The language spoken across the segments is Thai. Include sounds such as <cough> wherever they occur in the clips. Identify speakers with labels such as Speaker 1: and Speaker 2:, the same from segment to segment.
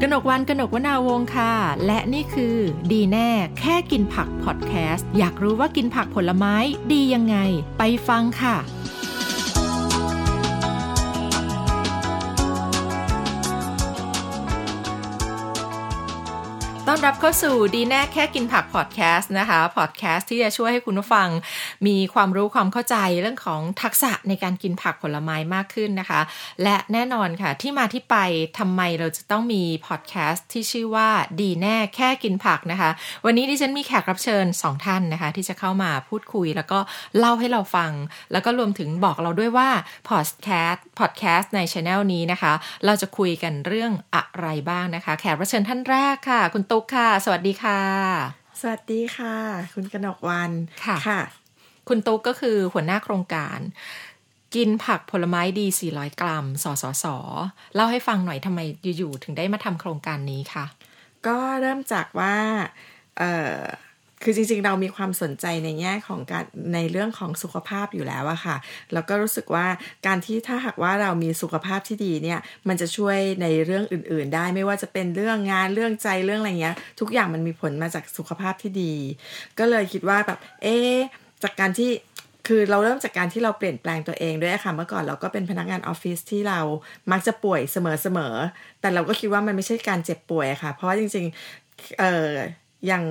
Speaker 1: กนกวันกนกวนาวงศ์ค่ะ และนี่คือดีแน่แค่กินผักพอดแคสต์อยากรู้ว่ากินผักผลไม้ดียังไง ไปฟังค่ะ ต้อนรับเข้าสู่ดีแน่แค่กินผักพอดแคสต์นะคะพอดแคสต์ที่จะช่วยให้คุณผู้ฟัง มีความรู้ความเข้าใจเรื่องของทักษะในการกินผักผลไม้มากขึ้นนะคะ และแน่นอนค่ะ ที่มาที่ไปทำไมเราจะต้องมีพอดแคสต์ที่ชื่อว่าดีแน่แค่กินผักนะคะ วันนี้ดิฉันมีแขกรับเชิญ 2 ท่านนะคะ ที่จะเข้ามาพูดคุย แล้วก็เล่าให้เราฟัง แล้วก็รวมถึงบอกเราด้วยว่าพอดแคสต์พอดแคสต์ในช anel นี้นะคะ เราจะคุยกันเรื่องอะไรบ้างนะคะ แขกรับเชิญท่านแรกค่ะ คุณตุ๊กค่ะ สวัสดีค่ะ
Speaker 2: สวัสดีค่ะ คุณกนกวัน
Speaker 1: ค่ะ คุณตุ๊กก็คือหัวหน้าโครงการ กินผักผลไม้ดี 400 กรัม สสส เล่าให้ฟังหน่อยทำไมอยู่ๆถึงได้มาทำโครงการนี้คะ
Speaker 2: ก็เริ่มจากว่าเออคือจริงๆ เรามีความสนใจในแง่ของการในเรื่องของสุขภาพอยู่แล้วอะค่ะ แล้วก็รู้สึกว่าการที่ถ้าหากว่าเรามีสุขภาพที่ดีเนี่ย มันจะช่วยในเรื่องอื่นๆ ได้ไม่ว่าจะเป็นเรื่องงานเรื่องใจเรื่องอะไรเงี้ย ทุกอย่างมันมีผลมาจากสุขภาพที่ดี ก็เลยคิดว่าแบบ เอ๊ะจากการที่ คือเราเริ่มจากการที่เราเปลี่ยนแปลงตัวเองด้วยอะค่ะเมื่อก่อนเราก็เป็นพนักงานออฟฟิศที่เรามักจะป่วยเสมอๆแต่เราก็คิดว่ามันไม่ใช่การเจ็บป่วยอะค่ะ เพราะว่าจริงๆเอ่ออย่าง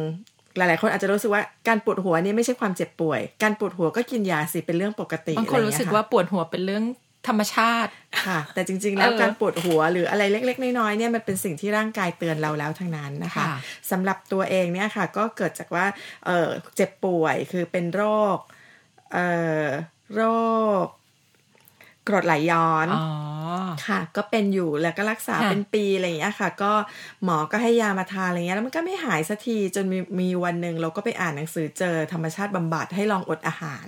Speaker 2: หลายๆ คนอาจจะรู้สึกว่าการปวดหัวเนี่ยไม่ใช่ความเจ็บป่วย การปวดหัวก็กินยาสิเป็นเรื่องปกติ
Speaker 1: บางคนรู้สึก
Speaker 2: อะไรอย่
Speaker 1: ว่าปวดหัวเป็นเรื่องธรรมชาติ
Speaker 2: ยค่ะ แต่จริงๆ แล้ว
Speaker 1: เออ
Speaker 2: การปวดหัวหรืออะไรเล็ก ๆ น้อยๆเนี่ยมันเป็นสิ่งที่ร่างกายเตือนเราแล้วทั้งนั้นนะคะ
Speaker 1: ค่ะ
Speaker 2: สำหรับตัวเองเนี่ยค่ะก็เกิดจากว่าเอ่อเจ็บป่วยคือเป็นโรคเอ่อโรคกรดไหลย้อน
Speaker 1: อ๋อ
Speaker 2: ค่ะ ก็เป็นอยู่แล้วก็รักษา
Speaker 1: ค่ะ
Speaker 2: เป็นปีอะไรอย่างเงี้ยค่ะ ก็หมอก็ให้ยามาทานอะไรเงี้ยแล้วมันก็ไม่หายสักทีจนมีมีวันหนึ่งเราก็ไปอ่านหนังสือเจอธรรมชาติบำบัดให้ลองอดอาหาร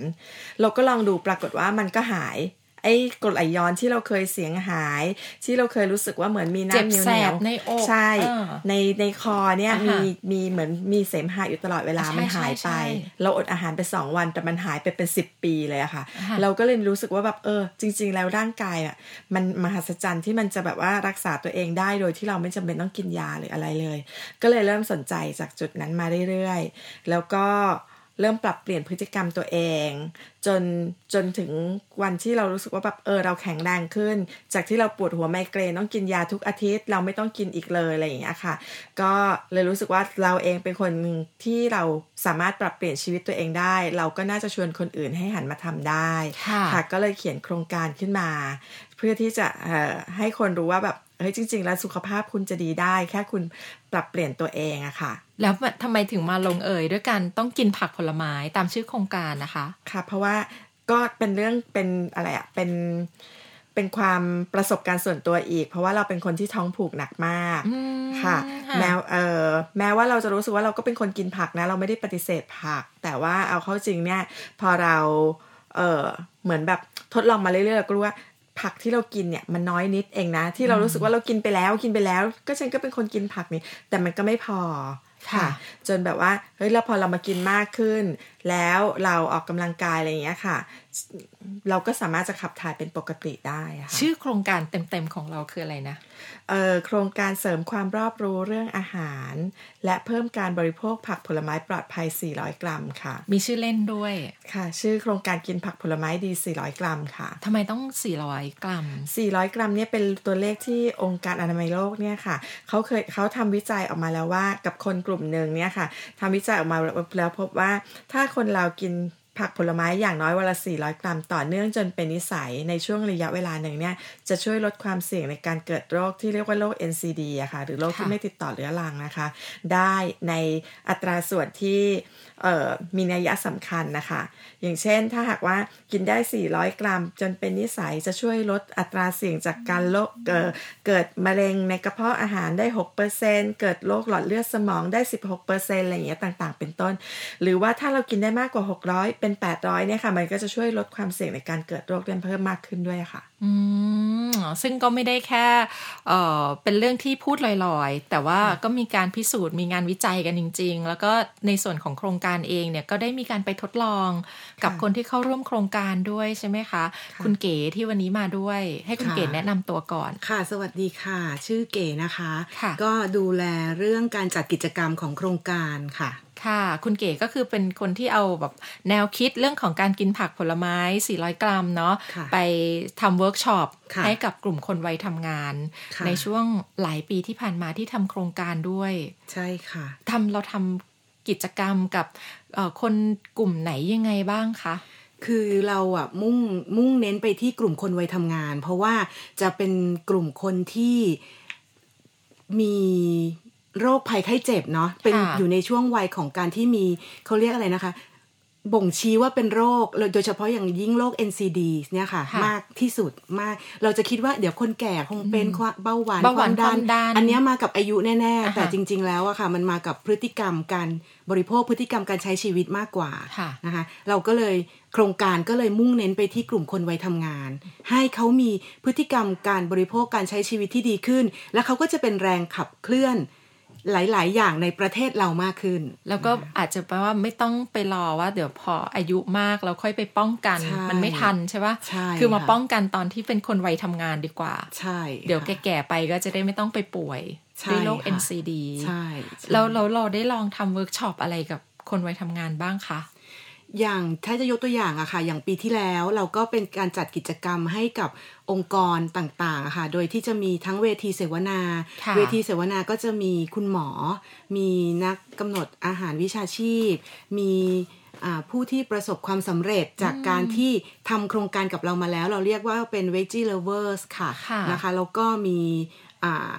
Speaker 2: เราก็ลองดูปรากฏว่ามันก็หาย ไอ้กรดไหลย้อนที่เราเคยเสียงหาย ที่เราเคยรู้สึกว่าเหมือนมี
Speaker 1: เจ็บ
Speaker 2: น้ำเหนียว
Speaker 1: แส
Speaker 2: เหนีย
Speaker 1: บ
Speaker 2: ว
Speaker 1: ในอก
Speaker 2: ใช่
Speaker 1: เออ
Speaker 2: ในในคอเนี่ย
Speaker 1: อ่าฮะ
Speaker 2: มีมีเหมือนมีเสมหะอยู่ตลอดเวลา
Speaker 1: ใช่
Speaker 2: มันหาย
Speaker 1: ใช่
Speaker 2: ไป
Speaker 1: ใช่
Speaker 2: เราอดอาหารไปสองวันแต่มันหายไปเป็นสิบปีเลยอะค่ะ
Speaker 1: อ่าฮะ
Speaker 2: เราก็เลยรู้สึกว่าแบบเออ จริง ๆ แล้วร่างกายอะ มันมหัศจรรย์ที่มันจะแบบว่ารักษาตัวเองได้โดยที่เราไม่จำเป็นต้องกินยาหรืออะไรเลย ก็เลยเริ่มสนใจจากจุดนั้นมาเรื่อยๆ แล้วก็เริ่มปรับเปลี่ยนพฤติกรรมตัวเอง จนจนถึงวันที่เรารู้สึกว่าแบบเออเราแข็งแรงขึ้น จากที่เราปวดหัวไมเกรนต้องกินยาทุกอาทิตย์ เราไม่ต้องกินอีกเลยอะไรอย่างเงี้ยค่ะ ก็เลยรู้สึกว่าเราเองเป็นคนหนึ่งที่เราสามารถปรับเปลี่ยนชีวิตตัวเองได้ เราก็น่าจะชวนคนอื่นให้หันมาทำได้
Speaker 1: ค่ะ
Speaker 2: ก็เลยเขียนโครงการขึ้นมา เพื่อที่จะเอ่อให้คนรู้ว่าแบบเฮ้ยจริง ๆ แล้วสุขภาพคุณจะดีได้ แค่คุณปรับเปลี่ยนตัวเองอะค่ะ
Speaker 1: แล้วทำไมถึงมาลงเอยด้วยกันต้องกินผักผลไม้ตามชื่อโครงการนะคะ
Speaker 2: ค่ะเพราะว่าก็เป็นเรื่องเป็นอะไรอะเป็นเป็นความประสบการณ์ส่วนตัวอีก เพราะว่าเราเป็นคนที่ท้องผูกหนักมาก
Speaker 1: อืม
Speaker 2: ค่ะ
Speaker 1: ค่ะ
Speaker 2: แม้เออแม้ว่าเราจะรู้สึกว่าเราก็เป็นคนกินผักนะ เราไม่ได้ปฏิเสธผัก แต่ว่าเอาเข้าจริงเนี่ยพอเราเออเหมือนแบบทดลองมาเรื่อยๆเราก็รู้ว่าผักที่เรากินเนี่ยมันน้อยนิดเองนะ ที่เรารู้สึกว่าเรากินไปแล้วกินไปแล้ว ก็ฉันก็เป็นคนกินผักนี่แต่มันก็ไม่พอ
Speaker 1: ค่ะ
Speaker 2: จนแบบว่าเฮ้ยแล้วพอเรามากินมากขึ้น แล้วเราออกกำลังกายอะไรอย่างเงี้ยค่ะ เราก็สามารถจะขับถ่ายเป็นปกติได้อะค่ะ
Speaker 1: ชื่อโครงการเต็มๆของเราคืออะไรนะ
Speaker 2: เอ่อโครงการเสริมความรอบรู้เรื่องอาหาร และเพิ่มการบริโภคผักผลไม้ปลอดภัย 400 กรัมค่ะ
Speaker 1: มีชื่อเล่นด้วย
Speaker 2: ค่ะ ชื่อโครงการกินผักผลไม้ดี 400 กรัมค่ะ
Speaker 1: ทำไมต้อง 400 กรัม
Speaker 2: 400 กรัมเนี่ยเป็นตัวเลขที่องค์การอนามัยโลกเนี่ยค่ะเขาเคยเขาทำวิจัยออกมาแล้วว่ากับคนกลุ่มหนึ่งเนี่ยค่ะทำวิจัยออกมาแล้วพบว่า ถ้าคนเรากินผักผลไม้อย่างน้อยวันละ 400 กรัมต่อเนื่องจนเป็นนิสัยในช่วงระยะเวลาหนึ่งเนี่ยจะช่วยลดความเสี่ยงในการเกิดโรคที่เรียกว่าโรค NCD อะค่ะหรือโรคที่
Speaker 1: ค่ะ
Speaker 2: ไม่ติดต่อเรื้อรังนะคะ ได้ในอัตราส่วนที่เอ่อมีนัยสำคัญนะคะ อย่างเช่นถ้าหากว่ากินได้ 400 กรัม จนเป็นนิสัยจะช่วยลดอัตราเสี่ยงจากการโรคเอ่อเกิดมะเร็งในกระเพาะอาหารได้ 6%เกิดโรคหลอดเลือดสมองได้ 16%อะไรอย่างเงี้ยต่างๆ เป็นต้น หรือว่าถ้าเรากินได้มากกว่า 600 เป็น เป็น 800เนี่ยค่ะ มันก็จะช่วยลดความเสี่ยงในการเกิดโรคเรื้อนเพิ่มมากขึ้นด้วยค่ะ
Speaker 1: อืมซึ่งก็ไม่ได้แค่เอ่อเป็นเรื่องที่พูดลอยๆ แต่ว่าก็มีการพิสูจน์มีงานวิจัยกันจริง ๆ แล้วก็ในส่วนของโครงการเองเนี่ยก็ได้มีการไปทดลองกับ
Speaker 2: ค่ะ
Speaker 1: คนที่เข้าร่วมโครงการด้วยใช่ไหมคะ คุณเก๋ที่วันนี้มาด้วย ให้คุณ
Speaker 3: ค่ะ
Speaker 1: เก๋แนะนำตัวก่อน
Speaker 3: ค่ะ สวัสดีค่ะ ชื่อเก๋นะคะ
Speaker 1: ค่ะ
Speaker 3: ก็ดูแลเรื่องการจัดกิจกรรมของโครงการค่ะ
Speaker 1: ค่ะ คุณเก๋ก็คือเป็นคนที่เอาแบบแนวคิดเรื่องของการกินผักผลไม้ 400 กรัมเนาะ
Speaker 3: ค่ะ
Speaker 1: ไปทำเวิร์กช็อป
Speaker 3: ค่ะ
Speaker 1: ให้กับกลุ่มคนวัยทำงาน
Speaker 3: ค่ะ
Speaker 1: ในช่วงหลายปีที่ผ่านมาที่ทำโครงการด้วย
Speaker 3: ใช่ค่ะ
Speaker 1: ทำเราทำกิจกรรมกับเอ่อคนกลุ่มไหนยังไงบ้างคะ
Speaker 3: คือเราอ่ะมุ่งมุ่งเน้นไปที่กลุ่มคนวัยทำงาน เพราะว่าจะเป็นกลุ่มคนที่มีโรคภัยไข้เจ็บเนาะเป็น
Speaker 1: ค่ะ
Speaker 3: อยู่ในช่วงวัยของการที่มีเขาเรียกอะไรนะคะ บ่งชี้ว่าเป็นโรคโดยเฉพาะอย่างยิ่งโรค NCD เนี่ยค่ะ
Speaker 1: ค่ะ
Speaker 3: มากที่สุดมาก เราจะคิดว่าเดี๋ยวคนแก่คงเป็นความเบาหวาน
Speaker 1: เบาหวานค
Speaker 3: คาว
Speaker 1: วาม มดัน
Speaker 3: อันเนี้ย มากับอายุแน่
Speaker 1: อ่า
Speaker 3: ๆ
Speaker 1: ฮะ
Speaker 3: แต่จริง ๆ แล้วอะค่ะ มันมากับพฤติกรรมการบริโภคพฤติกรรมการใช้ชีวิตมากกว่า
Speaker 1: ค่ะ
Speaker 3: นะคะ เราก็เลยโครงการก็เลยมุ่งเน้นไปที่กลุ่มคนวัยทำงาน ให้เขามีพฤติกรรมการบริโภคการใช้ชีวิตที่ดีขึ้น และเขาก็จะเป็นแรงขับเคลื่อนหลาย ๆ อย่างในประเทศเรามากขึ้น
Speaker 1: แล้วก็อาจจะแปลว่าไม่ต้องไปรอว่าเดี๋ยวพออายุมากเราค่อยไปป้องกัน
Speaker 3: ใช่
Speaker 1: มันไม่ทันใช่ปะ
Speaker 3: ใช่
Speaker 1: คือมา
Speaker 3: ค่ะ
Speaker 1: ป้องกันตอนที่เป็นคนวัยทำงานดีกว่า
Speaker 3: ใช่
Speaker 1: เดี๋ยว
Speaker 3: ค่ะ
Speaker 1: แก่ๆไปก็จะได้ไม่ต้องไปป่วย
Speaker 3: ใช่
Speaker 1: ด้วยโรค
Speaker 3: ค่ะ
Speaker 1: NCD
Speaker 3: ใช่ใช่
Speaker 1: แล้วแล้วเราได้ลองทำเวิร์กช็อปอะไรกับคนวัยทำงานบ้างคะ
Speaker 3: อย่างถ้าจะยกตัวอย่างอะค่ะ อย่างปีที่แล้วเราก็เป็นการจัดกิจกรรมให้กับองค์กรต่างๆอะค่ะ โดยที่จะมีทั้งเวทีเสวนา
Speaker 1: ค่ะ
Speaker 3: เวทีเสวนาก็จะมีคุณหมอ มีนักกำหนดอาหารวิชาชีพ มีอ่าผู้ที่ประสบความสำเร็จจากการที่ทำโครงการกับเรามาแล้ว เราเรียกว่าเป็น Veggie Lovers ค่ะ
Speaker 1: ค่ะ
Speaker 3: นะคะแล้วก็มีอ่า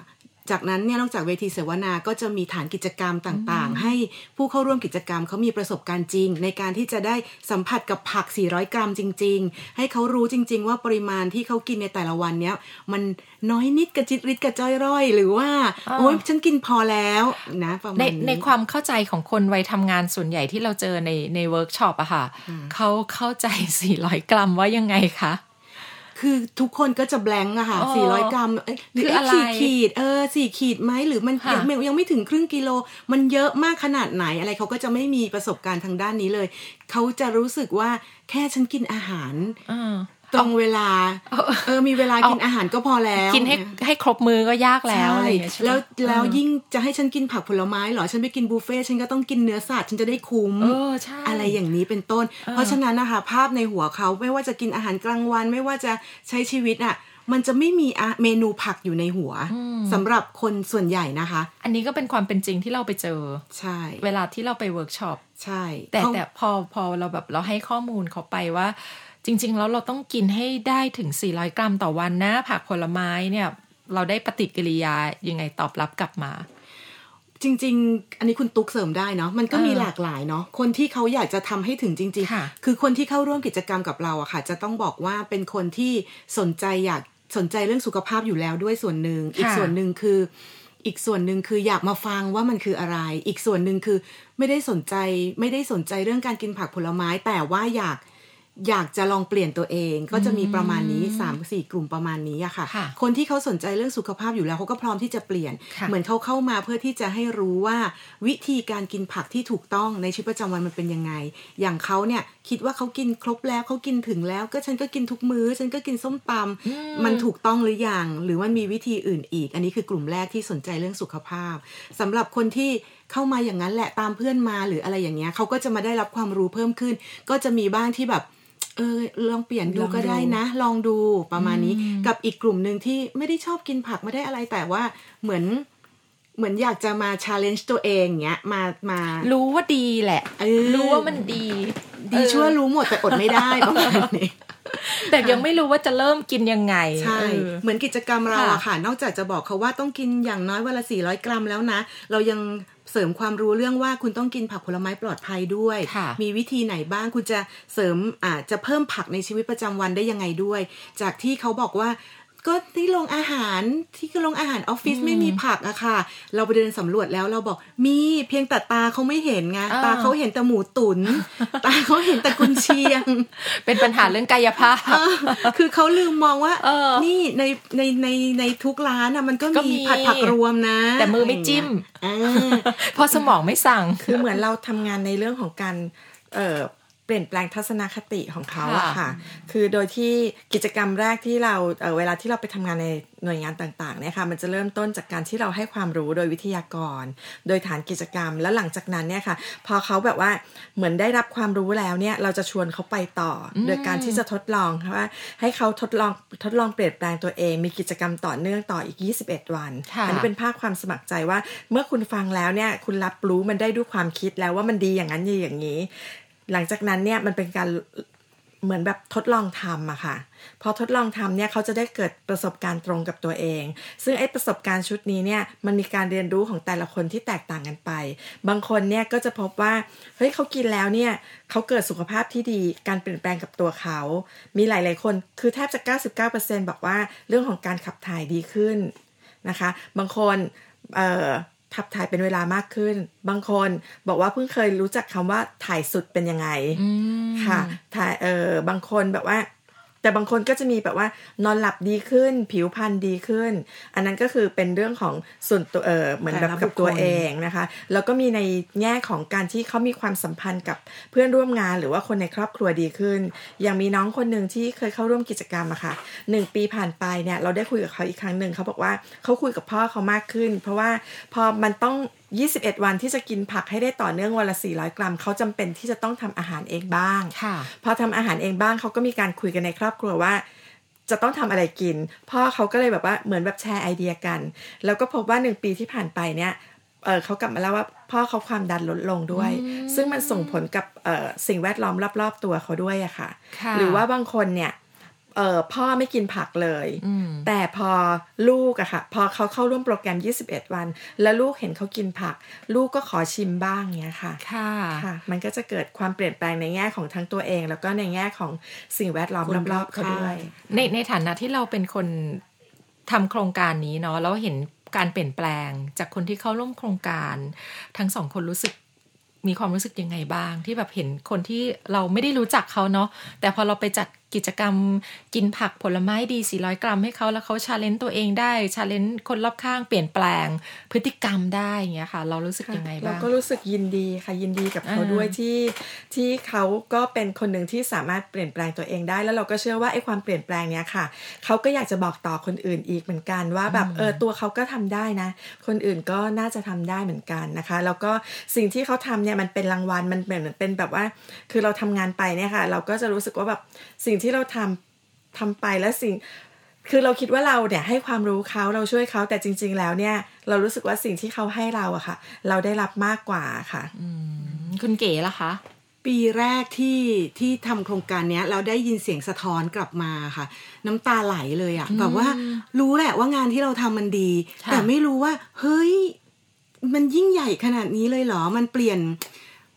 Speaker 3: จากนั้นเนี่ยนอกจากเวทีเสวนาก็จะมีฐานกิจกรรมต่างๆ ให้ผู้เข้าร่วมกิจกรรมเขามีประสบการณ์จริง ในการที่จะได้สัมผัสกับผัก 400 กรัมจริง ๆ ให้เขารู้จริง ๆ ว่าปริมาณที่เขากินในแต่ละวันเนี้ยมันน้อยนิดกระจิตริดกระจ้อยร่อย หรือว่า
Speaker 1: อ่า
Speaker 3: โอ๊ยฉันกินพอแล้วนะประ
Speaker 1: ใน
Speaker 3: มาณ
Speaker 1: ใน
Speaker 3: นี้
Speaker 1: ความเข้าใจของคนวัยทำงานส่วนใหญ่ที่เราเจอในในเวิร์กช็อปอะค่ะเขาเข้าใจ 400 กรัมว่ายังไงคะ
Speaker 3: คือทุกคนก็จะแบงค์อะค่ะ
Speaker 1: อ๋อ
Speaker 3: 400 กรัมเอ้ยหรือ
Speaker 1: คืออะไร
Speaker 3: สี่ขีด เออสี่ขีดไหม หรือมัน
Speaker 1: ค่ะ
Speaker 3: ยังไม่ยังไม่ถึงครึ่งกิโล มันเยอะมากขนาดไหน อะไรเขาก็จะไม่มีประสบการณ์ทางด้านนี้เลย เขาจะรู้สึกว่าแค่ฉันกินอาหาร ตรงเวลา เออ มีเวลา
Speaker 1: เอา
Speaker 3: กินอาหารก็พอแล้ว
Speaker 1: กินให้
Speaker 3: ะ
Speaker 1: ให้ครบมือก็ยากแล้ว
Speaker 3: ใช่
Speaker 1: อะไรอย่างเงี้ยใช่ไหม
Speaker 3: แล้วแล้วยิ่งจะให้ฉันกินผักผลไม้เหรอ ฉันไปกินบุฟเฟ่ต์ฉันก็ต้องกินเนื้อสัตว์ฉันจะได้คุ้ม
Speaker 1: เออใช่
Speaker 3: ไรอย่างนี้เป็นต้น เพราะฉะนั้นนะคะภาพในหัวเขาไม่ว่าจะกินอาหารกลางวัน ไม่ว่าจะใช้ชีวิตอ่ะ มันจะไม่มีอะเมนูผักอยู่ในหัว
Speaker 1: อืม
Speaker 3: สำหรับคนส่วนใหญ่นะคะ
Speaker 1: อันนี้ก็เป็นความเป็นจริงที่เราไปเจอ
Speaker 3: ใช่
Speaker 1: เวลาที่เราไปเวิร์กช็อป
Speaker 3: ใช่
Speaker 1: แต่
Speaker 3: เขา
Speaker 1: แต่พอพอเราแบบเราให้ข้อมูลเขาไปว่า จริง ๆ แล้วเราต้องกินให้ได้ถึง 400 กรัมต่อวันนะ ผักผลไม้เนี่ย เราได้ปฏิกิริยายังไงตอบรับกลับมา
Speaker 3: จริง ๆ อันนี้คุณตุ๊กเสริมได้เนาะมันก็มี
Speaker 1: เออ
Speaker 3: หลากหลายเนาะคนที่เขาอยากจะทำให้ถึงจริง
Speaker 1: ค่ะ
Speaker 3: ๆ คือคนที่เข้าร่วมกิจกรรมกับเราอะค่ะ จะต้องบอกว่าเป็นคนที่สนใจอยากสนใจเรื่องสุขภาพอยู่แล้วด้วยส่วนหนึ่งอีกส่วนหนึ่งคือ อีกส่วนหนึ่งคืออยากมาฟังว่ามันคืออะไร อีกส่วนหนึ่งคือไม่ได้สนใจไม่ได้สนใจเรื่องการกินผักผลไม้ แต่ว่าอยากอยากจะลองเปลี่ยนตัวเอง ก็จะมีประมาณนี้3ามสี่กลุ่มประมาณนี้อะค่ะ
Speaker 1: ค่ะ
Speaker 3: คนที่เขาสนใจเรื่องสุขภาพอยู่แล้วเขาก็พร้อมที่จะเปลี่ยน
Speaker 1: ค่ะ
Speaker 3: เหมือนเขาเข้ามาเพื่อที่จะให้รู้ว่าวิธีการกินผักที่ถูกต้องในชีวิตประจำวันมันเป็นยังไง อย่างเขาเนี่ยคิดว่าเขากินครบแล้วเขากินถึงแล้ว ก็ฉันก็กินทุกมื้อ ฉันก็กินส้มตำมันถูกต้องหรือยังหรือมันมีวิธีอื่นอีก อันนี้คือกลุ่มแรกที่สนใจเรื่องสุขภาพสำหรับคนที่เข้ามาอย่างนั้นแหละตามเพื่อนมาหรืออะไรอย่างเงี้ยเขาก็จะมาได้รับความรู้เพิ่มขึ้น ก็จะมีบ้างที่แบบ เออลองเปลี่ยนดู
Speaker 1: ลองดู
Speaker 3: ก็ได้นะ นะลองดูประมาณนี้กับอีกกลุ่มหนึ่งที่ไม่ได้ชอบกินผักไม่ได้อะไรแต่ว่าเหมือนเหมือนอยากจะมาชาเลนจ์ตัวเองเงี้ยมามา
Speaker 1: รู้ว่าดีแหละ
Speaker 3: เออ
Speaker 1: รู้ว่ามันดี
Speaker 3: ดีชั่วรู้หมดแต่อดไม่ได้ประมาณนี้
Speaker 1: แต่ยังไม่รู้ว่าจะเริ่มกินยังไง
Speaker 3: ใช่
Speaker 1: เออ
Speaker 3: เหมือนกิจกรรมเราอะ
Speaker 1: ค่ะ
Speaker 3: ค่ะ นอกจากจะบอกเขาว่าต้องกินอย่างน้อยวันละ 400 กรัมแล้วนะ เรายังเสริมความรู้เรื่องว่าคุณต้องกินผักผลไม้ปลอดภัยด้วย
Speaker 1: ค่ะ
Speaker 3: มีวิธีไหนบ้าง คุณจะเสริมอาจจะเพิ่มผักในชีวิตประจำวันได้ยังไงด้วย จากที่เขาบอกว่า ก็ที่โรงอาหารที่โรงอาหารออฟฟิศไม่มีผักอะค่ะ เราไปเดินสำรวจแล้วเราบอกมีเพียงแต่ตาเขาไม่เห็นไง
Speaker 1: อ่า
Speaker 3: ตาเขาเห็นแต่หมูตุน๋น ตาเขาเห็นแต่กุนเชียง
Speaker 1: เป็นปัญหาเรื่องกายภาพ
Speaker 3: เออคือเขาลืมมองว่า
Speaker 1: เออ
Speaker 3: นี่ในในในในทุกร้านอะมันก็
Speaker 1: ก็มี
Speaker 3: มีผัดผักรวมนะ
Speaker 1: แต่มือไม่จิ้ม
Speaker 3: อ่า
Speaker 1: เพราะสมองไม่สั่ง
Speaker 2: คือเหมือนเราทำงานในเรื่องของการเอ่อเปลี่ยนแปลงทัศนคติของเขาอะ
Speaker 1: ค่ะ
Speaker 2: ค่ะ คือโดยที่กิจกรรมแรกที่เราเอ่อเวลาที่เราไปทำงานในหน่วยงานต่างๆเนี่ยค่ะ มันจะเริ่มต้นจากการที่เราให้ความรู้โดยวิทยากร โดยฐานกิจกรรม แล้วหลังจากนั้นเนี่ยค่ะ พอเขาแบบว่าเหมือนได้รับความรู้แล้วเนี่ย เราจะชวนเขาไปต่ออ
Speaker 1: ม
Speaker 2: โดยการที่จะทดลองค่ะว่าให้เขาทดลองทดลองเปลี่ยนแปลงตัวเอง มีกิจกรรมต่อเนื่องต่ออีก 21 วัน
Speaker 1: ค่ะ
Speaker 2: อันี้เป็นภาคความสมัครใจว่า เมื่อคุณฟังแล้วเนี่ยคุณรับรู้มันได้ด้วยความคิดแล้วว่ามันดีอย่างนั้นดีอย่างนี้ หลังจากนั้นเนี่ยมันเป็นการเหมือนแบบทดลองทำอะค่ะ พอทดลองทำเนี่ยเขาจะได้เกิดประสบการณ์ตรงกับตัวเอง ซึ่งไอ้ประสบการณ์ชุดนี้เนี่ยมันมีการเรียนรู้ของแต่ละคนที่แตกต่างกันไป บางคนเนี่ยก็จะพบว่าเฮ้ยเขากินแล้วเนี่ยเขาเกิดสุขภาพที่ดีการเปลี่ยนแปลงกับตัวเขา มีหลาย ๆ คนคือแทบจะ 99%บอกว่าเรื่องของการขับถ่ายดีขึ้น นะคะบางคนเอ่อขับถ่ายเป็นเวลามากขึ้น บางคนบอกว่าเพิ่งเคยรู้จักคำว่าถ่ายสุดเป็นยังไงค่ะถ่ายเออบางคนแบบว่า แต่บางคนก็จะมีแบบว่านอนหลับดีขึ้น ผิวพรรณดีขึ้น อันนั้นก็คือเป็นเรื่องของส่วนตัวเออเหมือนแบบกับตัวเองนะคะ แล้วก็มีในแง่ของการที่เขามีความสัมพันธ์กับเพื่อนร่วมงานหรือว่าคนในครอบครัวดีขึ้น อย่างมีน้องคนหนึ่งที่เคยเข้าร่วมกิจกรรมอะค่ะหนึ่งปีผ่านไปเนี่ยเราได้คุยกับเขาอีกครั้งหนึ่งเขาบอกว่าเขาคุยกับพ่อเขามากขึ้น เพราะว่าพอมันต้อง 21 วันที่จะกินผักให้ได้ต่อเนื่องวันละ 400 กรัมเขาจำเป็นที่จะต้องทำอาหารเองบ้าง
Speaker 1: ค่ะ
Speaker 2: พอทำอาหารเองบ้างเขาก็มีการคุยกันในครอบครัวว่า จะต้องทำอะไรกิน พ่อเขาก็เลยแบบว่าเหมือนแบบแชร์ไอเดียกัน แล้วก็พบว่าหนึ่งปีที่ผ่านไปเนี่ยเออเขากลับมาแล้วว่าพ่อเขาความดันลดลงด้วย ซึ่งมันส่งผลกับเออสิ่งแวดล้อมรอบๆตัวเขาด้วยอะค่ะ
Speaker 1: ค่ะ
Speaker 2: หรือว่าบางคนเนี่ยเออพ่อไม่กินผักเลย
Speaker 1: อืม
Speaker 2: แต่พอลูกอะค่ะ พอเขาเข้าร่วมโปรแกรม 21 วัน แล้วลูกเห็นเขากินผัก ลูกก็ขอชิมบ้างเนี้ยค่ะ
Speaker 1: ค่ะ
Speaker 2: ค่ะมันก็จะเกิดความเปลี่ยนแปลงในแง่ของทั้งตัวเอง แล้วก็ในแง่ของสิ่งแวดล้อม
Speaker 3: คน
Speaker 2: ร
Speaker 3: ร
Speaker 2: อ
Speaker 3: อ
Speaker 2: บบ ๆเขา
Speaker 3: ข้าง
Speaker 2: ด้วย
Speaker 1: ในในฐานะที่เราเป็นคนทำโครงการนี้เนาะแล้วเห็นการเปลี่ยนแปลงจากคนที่เข้าร่วมโครงการ ทั้งสองคนรู้สึกมีความรู้สึกยังไงบ้าง ที่แบบเห็นคนที่เราไม่ได้รู้จักเขาเนาะแต่พอเราไปจัดกิจกรรมกินผักผลไม้ดี 400 กรัมให้เขาแล้วเขาชาเลนจ์ตัวเองได้ชาเลนจ์คนรอบข้างเปลี่ยนแปลงพฤติกรรมได้อย่างเงี้ยค่ะ เรารู้สึกยังไง
Speaker 2: เรา
Speaker 1: บ้าง
Speaker 2: ก็รู้สึกยินดีค่ะยินดีกับเขา
Speaker 1: อ่า
Speaker 2: ด้วยที่ที่เขาก็เป็นคนหนึ่งที่สามารถเปลี่ยนแปลงตัวเองได้ แล้วเราก็เชื่อว่าไอ้ความเปลี่ยนแปลงเนี้ยค่ะเขาก็อยากจะบอกต่อคนอื่นอีกเหมือนกันว่าแบบเออตัวเขาก็ทำได้นะ คนอื่นก็น่าจะทำได้เหมือนกันนะคะ แล้วก็สิ่งที่เขาทำเนี่ยมันเป็นรางวัลมันเหมือนเป็นแบบว่า คือเราทำงานไปเนี่ยค่ะ เราก็จะรู้สึกว่าแบบสิ่งที่เราทำทำไปแล้วสิ่ง คือเราคิดว่าเราเนี่ยให้ความรู้เขาเราช่วยเขาแต่จริง ๆ แล้วเนี่ย เรารู้สึกว่าสิ่งที่เขาให้เราอะค่ะ เราได้รับมากกว่าค่ะ
Speaker 1: ืมคุณเก๋ล่ะคะ
Speaker 3: ปีแรกที่ที่ทำโครงการเนี้ยเราได้ยินเสียงสะท้อนกลับมาค่ะ น้ำตาไหลเลยอะ่ะแบบว่ารู้แหละว่างานที่เราทำมันดี
Speaker 1: ค่ะ
Speaker 3: แต่ไม่รู้ว่า เฮ้ย มันยิ่งใหญ่ขนาดนี้เลยเหรอ มันเปลี่ยน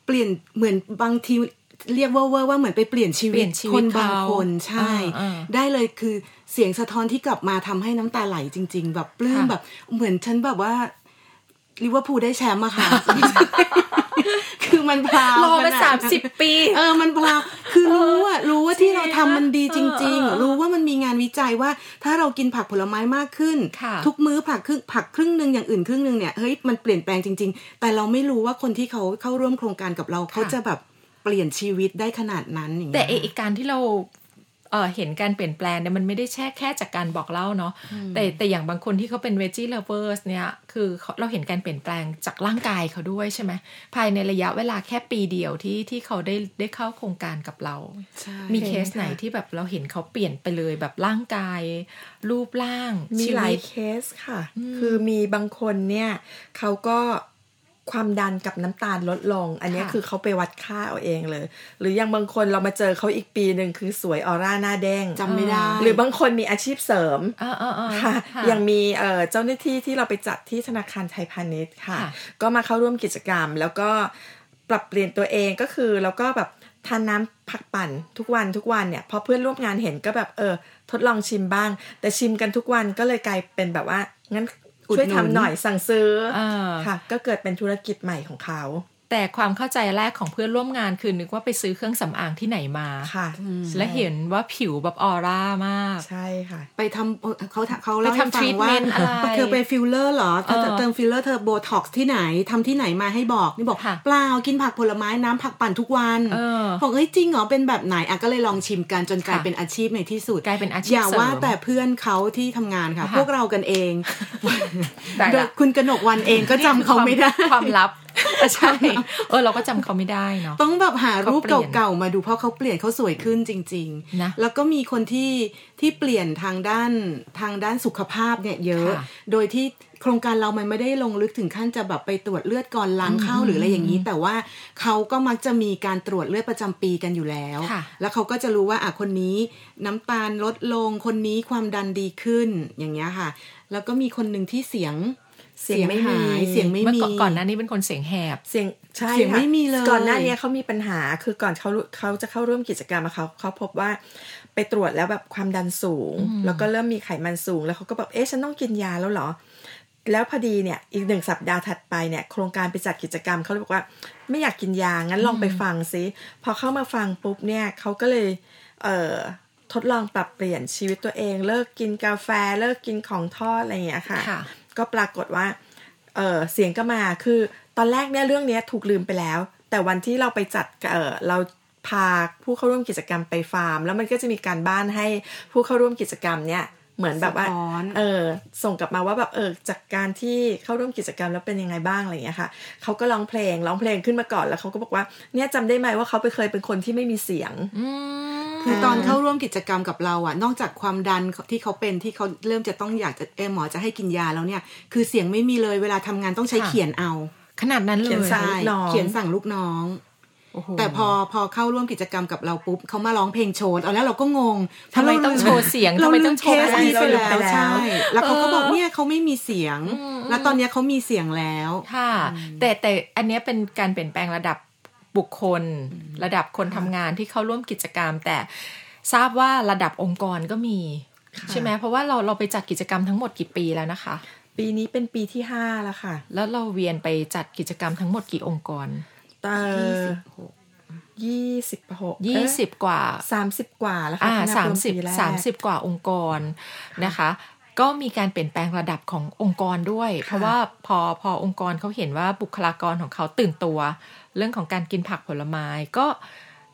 Speaker 3: เปลี่ยนเหมือนบางทีเรียกว่าเวอร์ว่าเหมือนไปเปลี่ยนชี
Speaker 1: เป
Speaker 3: วิ
Speaker 1: ลี่ย
Speaker 3: ต
Speaker 1: นชี
Speaker 3: ค
Speaker 1: วิต
Speaker 3: น
Speaker 1: เข
Speaker 3: บางคนใช่
Speaker 1: อ่า
Speaker 3: ได้เลยคือเสียงสะท้อนที่กลับมาทำให้น้ำตาไหลจริง ๆ แบบปลื้ม
Speaker 1: ค่ะ
Speaker 3: แบบเหมือนฉันแบบว่าลิเวอร์พูลได้แชมป์
Speaker 1: <laughs>
Speaker 3: อะค่ะ คือมันพราว
Speaker 1: ๆรอ
Speaker 3: ข
Speaker 1: มา
Speaker 3: นาด
Speaker 1: สามสิบ
Speaker 3: นั้น
Speaker 1: ปี
Speaker 3: เออมันพราวคือรู้อะรู้ว่าที่เราทำมันดีจริง
Speaker 1: เออเออ
Speaker 3: ๆ รู้ว่ามันมีงานวิจัยว่า ถ้าเรากินผักผลไม้มากขึ้น
Speaker 1: ค่ะ
Speaker 3: ทุกมื้อผักครึ่งผักครึ่งหนึ่งอย่างอื่นครึ่งหนึ่งเนี่ยเฮ้ยมันเปลี่ยนแปลงจริง ๆ แต่เราไม่รู้ว่าคนที่เขาเข้าร่วมโครงการกับเราเขา
Speaker 1: ค่ะ
Speaker 3: จะแบบเปลี่ยนชีวิตได้ขนาดนั้นอย่างเงี้ย
Speaker 1: แต่ไอไอ้การที่เราเออเห็นการเปลี่ยนแปลงเนี่ยมันไม่ได้แช่แค่จากการบอกเล่าเนาะแต่แต่อย่างบางคนที่เขาเป็นเวจี้เลเวอร์สเนี่ยคือเขาเราเห็นการเปลี่ยนแปลงจากร่างกายเขาด้วยใช่ไหมภายในระยะเวลาแค่ปีเดียวที่ที่เขาได้ได้เข้าโครงการกับเรา
Speaker 3: ใช่
Speaker 1: มีเคสไหนที่แบบเราเห็นเขาเปลี่ยนไปเลยแบบร่างกาย รูปร่าง
Speaker 2: มี
Speaker 1: ชี
Speaker 2: หลา
Speaker 1: วิ
Speaker 2: ย
Speaker 1: ต
Speaker 2: เคสค่ะ คือมีบางคนเนี่ยเขาก็ความดันกับน้ำตาลลดลง อันเนี้ย
Speaker 1: ค่ะ
Speaker 2: คือเขาไปวัดค่าเอาเองเลย หรืออย่างบางคนเรามาเจอเขาอีกปีหนึ่งคือสวยออร่าหน้าแดง
Speaker 3: จำไม่ได้
Speaker 2: หรือบางคนมีอาชีพเสริม
Speaker 1: าอ่าอ่า
Speaker 2: ค่ะยังมีเอ่อเจ้าหน้าที่ที่เราไปจัดที่ธนาคารไทยพาณิชย์ค่ะ
Speaker 1: ค่ะ
Speaker 2: ก็มาเข้าร่วมกิจกรรม แล้วก็ปรับเปลี่ยนตัวเองก็คือแล้วก็แบบ ทานน้ำผักปั่นทุกวันทุกวันเนี่ยพอเพื่อนร่วมงานเห็นก็แบบเออ ทดลองชิมบ้าง แต่ชิมกันทุกวันก็เลยกลายเป็นแบบว่างั้น
Speaker 3: อุดห
Speaker 2: ช่
Speaker 3: นุน
Speaker 2: วยทำหน่อยสั่งซื้ออา ค่ะ ก็เกิดเป็นธุรกิจใหม่ของเขา
Speaker 1: แต่ความเข้าใจแรกของเพื่อนร่วมงานคือนึกว่าไปซื้อเครื่องสำอางที่ไหนมา
Speaker 2: ค่ะ
Speaker 1: และเห็นว่าผิวแบบออร่ามาก
Speaker 2: ใช่ค่ะ
Speaker 3: ไปทำเอ่อเขาเขาเล่า
Speaker 1: ไป
Speaker 3: ให้
Speaker 1: ทำ
Speaker 3: ฟังว่า
Speaker 1: treatment อะไร
Speaker 3: เธอไปฟิลเลอร์เหรอเธอ
Speaker 1: เออ
Speaker 3: เติมฟิลเลอร์เธอโบท็อกซ์ที่ไหนทำที่ไหนมาให้บอกนี่บอก
Speaker 1: ค่ะ
Speaker 3: เปล่ากินผักผลไม้น้ำผักปั่นทุกวัน
Speaker 1: เออ
Speaker 3: บอกเฮ้ยจริงเหรอเป็นแบบไหนอ่ะก็เลยลองชิมกันจนกลาย
Speaker 1: ค่ะ
Speaker 3: เป็นอาชีพในที่สุด
Speaker 1: กลายเป็นอาชีพ
Speaker 3: อย่าว่า
Speaker 1: เสริม
Speaker 3: แต่เพื่อนเขาที่ทำงานค่ะ
Speaker 1: ค่ะ
Speaker 3: พวกเรากันเอง
Speaker 1: ได้ละ
Speaker 3: โดยคุณกนกวันเองก็จำเขาไม่ได้
Speaker 1: นี่คือความความลับ ใช่เออเราก็จำเขาไม่ได้เนาะ
Speaker 3: ต้องแบบหารูป
Speaker 1: เขาเปลี่ยน
Speaker 3: เก่าๆมาดูเพราะเขาเปลี่ยนเขาสวยขึ้นจริงๆ
Speaker 1: นะ
Speaker 3: แล้วก็มีคนที่ที่เปลี่ยนทางด้านทางด้านสุขภาพเนี่ยเยอะ
Speaker 1: ค่ะ
Speaker 3: โดยที่โครงการเรามันไม่ได้ลงลึกถึงขั้นจะแบบไปตรวจเลือดก่อนล้างเข้าหรืออะไรอย่างนี้ แต่ว่าเขาก็มักจะมีการตรวจเลือดประจำปีกันอยู่แล้ว
Speaker 1: ค่ะ
Speaker 3: แล้วเขาก็จะรู้ว่าอ่ะคนนี้น้ำตาลลดลงคนนี้ความดันดีขึ้นอย่างเงี้ยค่ะ แล้วก็มีคนหนึ่งที่เสียง
Speaker 2: เสียงไม่มี
Speaker 3: หายเสียงไม่
Speaker 1: เมื่อ
Speaker 3: มี
Speaker 1: ก่อนก่อนหน้านี้เป็นคนเสียงแหบ
Speaker 2: เสียงใช่
Speaker 3: เสียง
Speaker 2: ค่ะ
Speaker 3: ไม่มีเลย
Speaker 2: ก่อนหน้านี้เขามีปัญหาคือก่อนเขารู้เขาจะเข้าร่วมกิจกรรมอะเขาเขาพบว่าไปตรวจแล้วแบบความดันสูง แล้วก็เริ่มมีไขมันสูง แล้วเขาก็แบบเอ๊ะฉันต้องกินยาแล้วเหรอ แล้วพอดีเนี่ยอีกหนึ่งสัปดาห์ถัดไปเนี่ยโครงการไปจัดกิจกรรมเขาเลยบอกว่า ไม่อยากกินยางั้นลองไปฟังซิพอเข้ามาฟังปุ๊บเนี่ยเขาก็เลยเอ่อทดลองปรับเปลี่ยนชีวิตตัวเอง เลิกกินกาแฟ เลิกกินของทอดอะไรอย่างเงี้ยค่ะ
Speaker 1: ค่ะ
Speaker 2: ก็ปรากฏว่า เออเสียงก็มาคือตอนแรกเนี่ยเรื่องเนี้ยถูกลืมไปแล้ว แต่วันที่เราไปจัดเออเราพาผู้เข้าร่วมกิจกรรมไปฟาร์ม แล้วมันก็จะมีการบ้านให้ผู้เข้าร่วมกิจกรรมเนี่ยเหมือนแบบว่า
Speaker 3: สะท้อน
Speaker 2: เออส่งกลับมาว่าแบบเออจากการที่เข้าร่วมกิจกรรมแล้วเป็นยังไงบ้างอะไรอย่างเงี้ยค่ะเขาก็ร้องเพลงร้องเพลงขึ้นมาก่อนแล้วเขาก็บอกว่าเนี่ยจำได้ไหมว่าเขาไปเคยเป็นคนที่ไม่มีเสียง
Speaker 1: อืม
Speaker 3: คือตอนเข้าร่วมกิจกรรมกับเราอะนอกจากความดันที่เขาเป็นที่เขาเริ่มจะต้องอยากจะเออหมอจะให้กินยาแล้วเนี่ย คือเสียงไม่มีเลยเวลาทำงานต้องใช้
Speaker 1: ค่ะ
Speaker 3: เขียนเอา
Speaker 1: ขนาดนั้นเล
Speaker 2: เขี
Speaker 1: ย
Speaker 2: ยนสา ง ย ลูกน้อง
Speaker 3: เขียนสั่งลูกน้อง
Speaker 1: โอ้โห
Speaker 3: แต่พอพอเข้าร่วมกิจกรรมกับเราปุ๊บเขามาร้องเพลงโชว์เอาแล้วเราก็งง
Speaker 1: ทำไมต้องโชว์เสียงทำไมต้องโชว์
Speaker 3: เรา
Speaker 1: อะไร
Speaker 3: ลืมเคสนี้ไป
Speaker 1: เราม
Speaker 3: แล้ว
Speaker 1: ไป
Speaker 3: ใช่แล้วเขาก็บอกเนี่ยเขาไม่มีเสียง แล้วตอนเนี้ยเขามีเสียงแล้ว
Speaker 1: ค่ะแต่แต่อันเนี้ยเป็นการเปลี่ยนแปลงระดับบุคคล ระดับคนทำงานที่เข้าร่วมกิจกรรม แต่ทราบว่าระดับองค์กรก็มี ใช่ไหมเพราะว่าเราเราไปจัดกิจกรรมทั้งหมดกี่ปีแล้วนะคะ
Speaker 2: ปีนี้เป็นปีที่ห้าแล้วค่ะ
Speaker 1: แล้วเราเวียนไปจัดกิจกรรมทั้งหมดกี่องค์กร
Speaker 2: เออยี่สิบหกเอ้ย
Speaker 1: 20 กว่า
Speaker 2: สามสิบกว่าแล้วค่ะ
Speaker 1: อ่า
Speaker 2: ที่นับ
Speaker 1: สาร ม
Speaker 2: ว
Speaker 1: สิบ
Speaker 2: ปีแรก
Speaker 1: สามสิบกว่าองค์กรนะคะ ก็มีการเปลี่ยนแปลงระดับขององค์กรด้วย เพราะว่าพอพอองค์กรเขาเห็นว่าบุคลากรของเขาตื่นตัว เรื่องของการกินผักผลไม้ ก็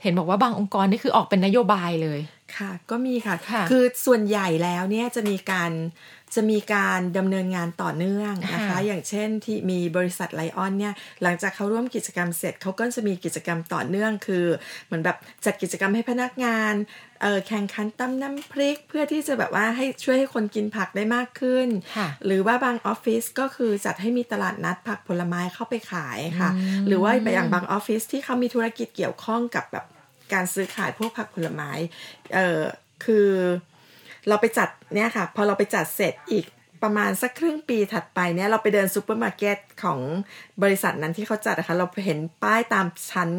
Speaker 1: เห็นบอกว่าบางองค์กรนี่คือออกเป็นนโยบายเลย
Speaker 2: ค่ะก็มีค่ะ
Speaker 1: ค่ะ
Speaker 2: คือส่วนใหญ่แล้วเนี่ยจะมีการจะมีการดำเนินงานต่อเนื่องนะคะ
Speaker 1: ค่ะ
Speaker 2: อย่างเช่นที่มีบริษัทไลออนเนี่ยหลังจากเขาร่วมกิจกรรมเสร็จเขาก็จะมีกิจกรรมต่อเนื่อง คือเหมือนแบบจัดกิจกรรมให้พนักงานเอ่อแข่งขันตำน้ำพริก เพื่อที่จะแบบว่าให้ช่วยให้คนกินผักได้มากขึ้น
Speaker 1: ค่ะ
Speaker 2: หรือว่าบางออฟฟิศก็คือจัดให้มีตลาดนัดผักผลไม้เข้าไปขายค่ะ หรือว่าอย่างบางออฟฟิศที่เขามีธุรกิจเกี่ยวข้องกับแบบการซื้อขายพวกผักผลไม้ เออคือเราไปจัดเนี่ยค่ะ พอเราไปจัดเสร็จอีกประมาณสักครึ่งปีถัดไปเนี่ยเราไปเดินซูเปอร์มาร์เก็ตของบริษัทนั้นที่เขาจัดนะคะเราเห็นป้ายตามชั้น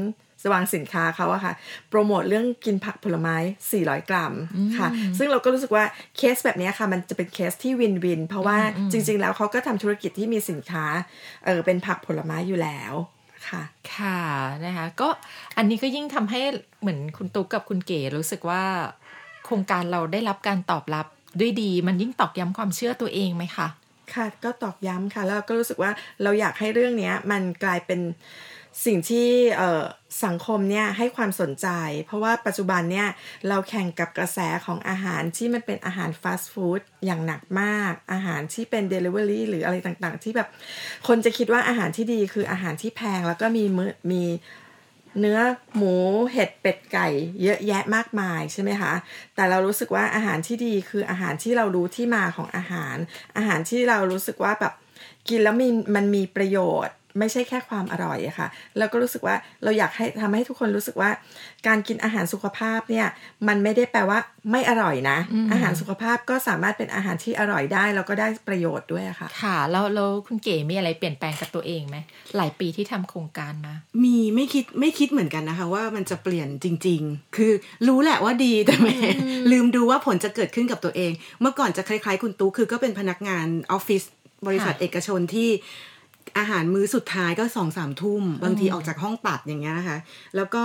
Speaker 2: วางสินค้าเขาอะค่ะ โปรโมทเรื่องกินผักผลไม้ 400 กรัมค่ะ ซึ่งเราก็รู้สึกว่าเคสแบบเนี้ยค่ะ มันจะเป็นเคสที่วินวิน เพราะว่าจริง ๆ แล้วเขาก็ทำธุรกิจที่มีสินค้าเออเป็นผักผลไม้อยู่แล้วค่ะ
Speaker 1: ค่ะนะคะก็อันนี้ก็ยิ่งทำให้เหมือนคุณตุ๊กกับคุณเก๋รู้สึกว่า โครงการเราได้รับการตอบรับด้วยดี มันยิ่งตอกย้ำความเชื่อตัวเองไหมคะ
Speaker 2: ค่ะก็ตอกย้ำค่ะแล้วเราก็รู้สึกว่าเราอยากให้เรื่องเนี้ยมันกลายเป็นสิ่งที่เอ่อสังคมเนี่ยให้ความสนใจ เพราะว่าปัจจุบันเนี่ยเราแข่งกับกระแสของอาหารที่มันเป็นอาหารฟาสต์ฟู้ดอย่างหนักมาก อาหารที่เป็นเดลิเวอรี่หรืออะไรต่างๆ ที่แบบคนจะคิดว่าอาหารที่ดีคืออาหารที่แพงแล้วก็มีมือมี เนื้อหมูเห็ดเป็ดไก่เยอะแยะมากมายใช่ไหมคะ แต่เรารู้สึกว่าอาหารที่ดีคืออาหารที่เรารู้ที่มาของอาหาร อาหารที่เรารู้สึกว่าแบบกินแล้วมีมันมีประโยชน์ ไม่ใช่แค่ความอร่อยอะค่ะเราก็รู้สึกว่าเราอยากให้ทำให้ทุกคนรู้สึกว่า การกินอาหารสุขภาพเนี่ยมันไม่ได้แปลว่าไม่อร่อยนะ
Speaker 1: อืม
Speaker 2: อาหารสุขภาพก็สามารถเป็นอาหารที่อร่อยได้แล้วก็ได้ประโยชน์ด้วยอะค่ะ
Speaker 1: ค่ะ แล้วแล้วคุณเก๋มีอะไรเปลี่ยนแปลงกับตัวเองไหมหลายปีที่ทำโครงการมา
Speaker 3: มีไม่คิดไม่คิดเหมือนกันนะคะ ว่ามันจะเปลี่ยนจริง ๆ คือรู้แหละว่าดีแต่แหม่ลืมดูว่าผลจะเกิดขึ้นกับตัวเอง เมื่อก่อนจะคล้ายๆ คุณตู้คือก็เป็นพนักงานออฟฟิศบริษัท
Speaker 1: ค่ะ
Speaker 3: เอกชนที่อาหารมื้อสุดท้ายก็สองสามทุ่ม บางทีออกจากห้องตัดอย่างเงี้ยนะคะ แล้วก็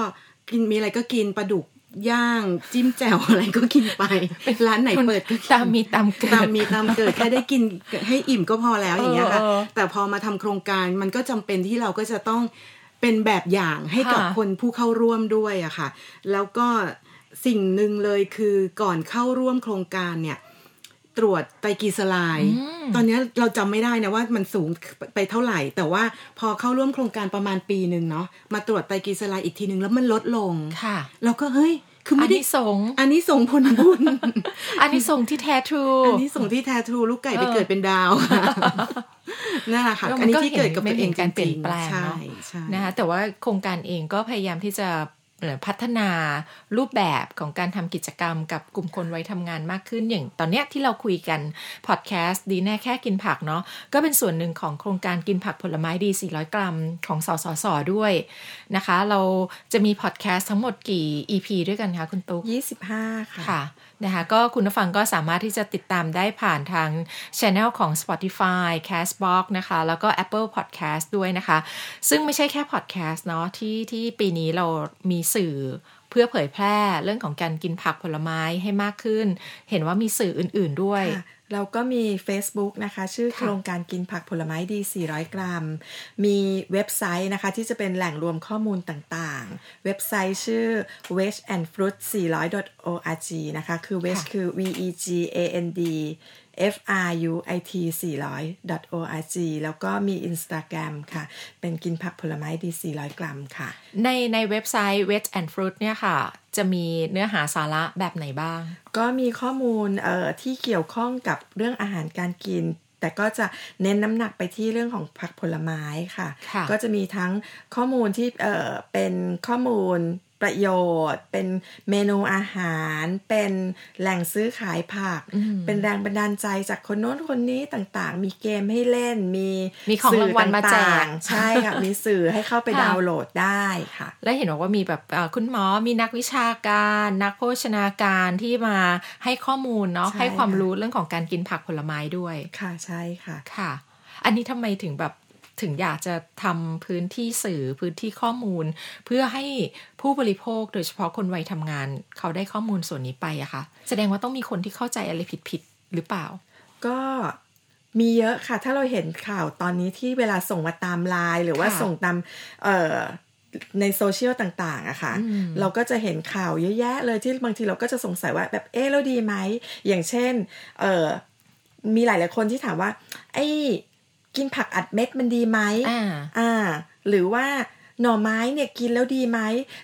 Speaker 3: กินมีอะไรก็กินปลาดุกย่าง จิ้มแจ่วอะไรก็กินไป
Speaker 1: เป็น
Speaker 3: ร้านไหนเปิดก็กิน
Speaker 1: ตามมีตามเกิด
Speaker 3: ตามมีตามเกิดแค่ได้กินให้อิ่มก็พอแล้วอย่างเงี้ยค่ะ
Speaker 1: เออเออ
Speaker 3: แต่พอมาทำโครงการมันก็จำเป็นที่เราก็จะต้องเป็นแบบอย่างให้กับ
Speaker 1: ค่ะ
Speaker 3: คนผู้เข้าร่วมด้วยอะค่ะ แล้วก็สิ่งหนึ่งเลยคือก่อนเข้าร่วมโครงการเนี่ย ตรวจไตรกลีเซอไรด์ตอนเนี้ยเราจำไม่ได้นะว่ามันสูงไปเท่าไหร่ แต่ว่าพอเข้าร่วมโครงการประมาณปีหนึ่งเนาะมาตรวจไตรกลีเซอไรด์อีกทีหนึ่งแล้วมันลดลง
Speaker 1: ค่ะ
Speaker 3: เราก็เฮ้ย คือ
Speaker 1: อั
Speaker 3: ไม่
Speaker 1: น
Speaker 3: ได้
Speaker 1: นี้สงส์
Speaker 3: อันนี้ส่งผลบุญ
Speaker 1: อันนี้สงส์ที่แท้ทรู
Speaker 3: อันนี้ส่งที่แททรูลูกไก่ไปเกิดเป็นดาว <laughs> ค่ะนั่นแหละค่ะ
Speaker 1: แล้วมั
Speaker 3: อั
Speaker 1: น
Speaker 3: นนี้
Speaker 1: ก็
Speaker 3: ที่เกิดกับ
Speaker 1: เห็น
Speaker 3: ตัวเอง
Speaker 1: ไม่มีการเปลี่ยน
Speaker 3: จริงๆ
Speaker 1: แปลง
Speaker 3: ใช่
Speaker 1: เนอะ
Speaker 3: ใช่
Speaker 1: นะคะแต่ว่าโครงการเองก็พยายามที่จะเอ่อพัฒนารูปแบบของการทำกิจกรรมกับกลุ่มคนวัยทำงานมากขึ้นอย่างตอนเนี้ยที่เราคุยกันพอดแคสต์ดีแน่แค่กินผักเนาะก็เป็นส่วนหนึ่งของโครงการกินผักผลไม้ดี 400 กรัมของสสสด้วยนะคะ เราจะมีพอดแคสต์ทั้งหมดกี่ EP ด้วยกันคะคุณตุ๊ก
Speaker 2: 25 ค่ะ
Speaker 1: ค่ะนะคะก็คุณผู้ฟังก็สามารถที่จะติดตามได้ผ่านทาง Channel ของ Spotify Castbox นะคะ แล้วก็ Apple Podcast ด้วยนะคะ ซึ่งไม่ใช่แค่ Podcast เนาะที่ที่ปีนี้เรามีสื่อเพื่อเผยแพร่เรื่องของการกินผักผลไม้ให้มากขึ้น เห็นว่ามีสื่ออื่นๆด้วย
Speaker 2: ค่ะเราก็มี Facebook นะคะ ชื่อ
Speaker 1: ค่ะ
Speaker 2: โครงการกินผักผลไม้ดี 400 กรัม มีเว็บไซต์นะคะ ที่จะเป็นแหล่งรวมข้อมูลต่างๆ เว็บไซต์ชื่อ veg and fruit 400 org นะคะ คือ veg
Speaker 1: ค่ะ
Speaker 2: คือ v e g a n d f r u i t 400 org แล้วก็มี Instagram ค่ะ เป็นกินผักผลไม้ดี 400 กรัมค่ะ
Speaker 1: ในในเว็บไซต์ Veg and Fruit เนี่ยค่ะ จะมีเนื้อหาสาระแบบไหนบ้าง
Speaker 2: ก็มีข้อมูลเอ่อที่เกี่ยวข้องกับเรื่องอาหารการกิน แต่ก็จะเน้นน้ำหนักไปที่เรื่องของผักผลไม้ค่ะ
Speaker 1: ค่ะ
Speaker 2: ก็จะมีทั้งข้อมูลที่เอ่อเป็นข้อมูลประโยชน์ เป็นเมนูอาหาร เป็นแหล่งซื้อขายผัก
Speaker 1: อืม
Speaker 2: เป็นแรงบันดาลใจจากคนโน้นคนนี้ต่างๆ มีเกมให้เล่น มี
Speaker 1: มีของรางวัลมาแจก
Speaker 2: สื่อต่งๆใช่ค่ะ มีสื่อให้เข้าไป
Speaker 1: ค่ะ
Speaker 2: ดาวน์โหลดได้ค่ะ
Speaker 1: และเห็นบอกว่ามีแบบเอ่อคุณหมอมีนักวิชาการ นักโภชนาการที่มาให้ข้อมูลเนาะ
Speaker 2: ใช่
Speaker 1: ให้ความ
Speaker 2: ค่ะ
Speaker 1: รู้เรื่องของการกินผักผลไม้ด้วย
Speaker 2: ค่ะใช่ค่ะ
Speaker 1: ค่ะ อันนี้ทำไมถึงแบบถึงอยากจะทำพื้นที่สื่อพื้นที่ข้อมูล เพื่อให้ผู้บริโภคโดยเฉพาะคนวัยทำงาน เขาได้ข้อมูลส่วนนี้ไปอะคะแสดงว่าต้องมีคนที่เข้าใจอะไรผิดๆหรือเปล่า
Speaker 2: ก็มีเยอะค่ะ ถ้าเราเห็นข่าวตอนนี้ที่เวลาส่งมาตามไลน์หรือว่า
Speaker 1: ค่ะ
Speaker 2: ส่งตามเอ่อในโซเชียลต่างๆอะค่ะ
Speaker 1: อืม
Speaker 2: เราก็จะเห็นข่าวเยอะแยะเลยที่บางทีเราก็จะสงสัยว่าแบบเอ๊ะแล้วดีไหม อย่างเช่นเอ่อมีหลายๆคนที่ถามว่า ไอ้กินผักอัดเม็ดมันดีไหม
Speaker 1: อ่า
Speaker 2: อ่าหรือว่าหน่อไม้เนี่ยกินแล้วดีไหม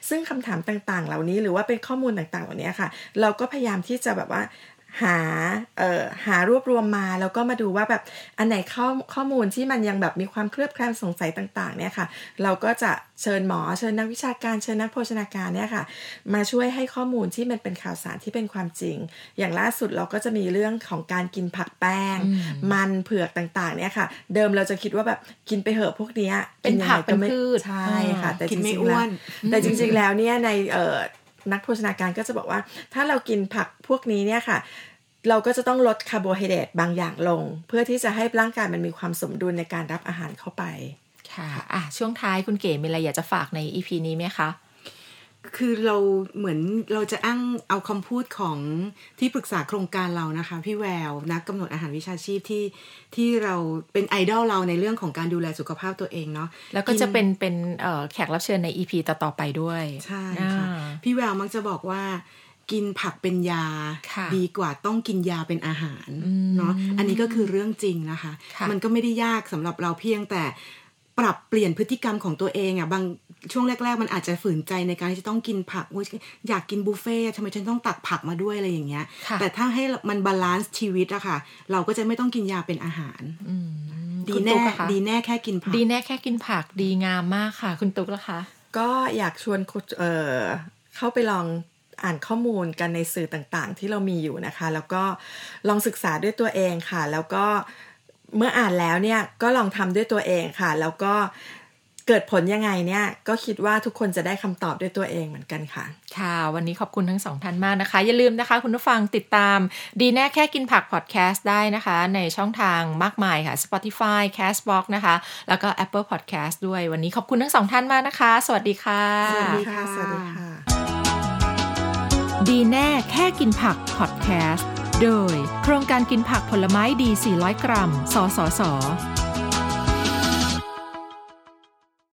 Speaker 2: ซึ่งคำถามต่างๆ เหล่านี้หรือว่าเป็นข้อมูลต่างๆ เหล่านี้ค่ะ เราก็พยายามที่จะแบบว่าหาเอ่อหารวบรวมมาแล้วก็มาดูว่าแบบอันไหนข้อข้อมูลที่มันยังแบบมีความเคลือบแคลงสงสัยต่างๆเนี่ยค่ะ เราก็จะเชิญหมอเชิญนักวิชาการเชิญนักโภชนาการเนี่ยค่ะ มาช่วยให้ข้อมูลที่มันเป็นข่าวสารที่เป็นความจริง อย่างล่าสุดเราก็จะมีเรื่องของการกินผักแป้ง
Speaker 1: อืม
Speaker 2: มันเผือกต่างๆเนี่ยค่ะ เดิมเราจะคิดว่าแบบกินไปเหอะพวกเนี้ย
Speaker 1: เป็นผัก
Speaker 2: ยังไง
Speaker 1: เป็นพืช
Speaker 2: ไม่ใช่ค่ะ
Speaker 1: อ่า
Speaker 2: แต่จ
Speaker 3: กินไม่
Speaker 2: ริงๆแล้
Speaker 3: อ้
Speaker 2: ว วน แต่จริงๆแล้วเนี่ยในเอ่อนักโภชนาการก็จะบอกว่า ถ้าเรากินผักพวกนี้เนี่ยค่ะ เราก็จะต้องลดคาร์โบไฮเดรตบางอย่างลง เพื่อที่จะให้ร่างกายมันมีความสมดุลในการรับอาหารเข้าไป
Speaker 1: ค่ะอ่ะช่วงท้ายคุณเก๋มีอะไรอยากจะฝากใน EP นี้ไหมคะ
Speaker 3: คือเราเหมือนเราจะอ้างเอาคำพูดของที่ปรึกษาโครงการเรานะคะ พี่แววนักกำหนดอาหารวิชาชีพที่ที่เราเป็นไอดอลเราในเรื่องของการดูแลสุขภาพตัวเองเนาะ
Speaker 1: แล้วก็จะเป็นเป็นเอ่อแขกรับเชิญใน EP ต่อๆไปด้วย
Speaker 3: ใช่ค่ะ
Speaker 1: อ่า
Speaker 3: พี่แววมักจะบอกว่ากินผักเป็นยา
Speaker 1: ค่ะ
Speaker 3: ดีกว่าต้องกินยาเป็นอาหารเนาะอันนี้ก็คือเรื่องจริงนะคะ
Speaker 1: ค่ะ
Speaker 3: มันก็ไม่ได้ยากสำหรับเราเพียงแต่ปรับเปลี่ยนพฤติกรรมของตัวเองอะ่ะบางช่วงแรก ๆ มันอาจจะฝืนใจในการที่จะต้องกินผักโอ๊ยอยากกินบุฟเฟ่ต์ทำไมฉันต้องตักผักมาด้วยอะไรอย่างเงี้ย
Speaker 1: ค่ะ
Speaker 3: แต่ถ้าให้มันบาลานซ์ชีวิตอะค่ะ เราก็จะไม่ต้องกินยาเป็นอาหาร ดี
Speaker 1: คุณ
Speaker 3: แน่
Speaker 1: ตุ๊กอะคะ
Speaker 3: ดีแน่แค่กินผัก
Speaker 1: ดีแน่แค่กินผักดีงามมากค่ะ คุณตุ๊กละคะ
Speaker 2: ก็อยากชวนคุณเอ่อเข้าไปลองอ่านข้อมูลกันในสื่อต่างๆ ที่เรามีอยู่นะคะ แล้วก็ลองศึกษาด้วยตัวเองค่ะ แล้วก็เมื่ออ่านแล้วเนี่ยก็ลองทำด้วยตัวเองค่ะ แล้วก็เกิดผลยังไงเนี่ยก็คิดว่าทุกคนจะได้คำตอบด้วยตัวเองเหมือนกันค่ะ
Speaker 1: ค่ะ วันนี้ขอบคุณทั้งสองท่านมากนะคะ อย่าลืมนะคะ คุณผู้ฟังติดตามดีแน่แค่กินผักพอดแคสต์ได้นะคะ ในช่องทางมากมายค่ะ Spotify Castbox นะคะ แล้วก็ Apple Podcast ด้วย วันนี้ขอบคุณทั้งสองท่านมากนะคะ สวัสดีค่ะ
Speaker 3: สวัสดี ค่ะ
Speaker 2: สวัสดีค่ะ
Speaker 1: ดีแน่แค่กินผักพอดแคสต์โดยโครงการกินผักผลไม้ดี 400 กรัม สสส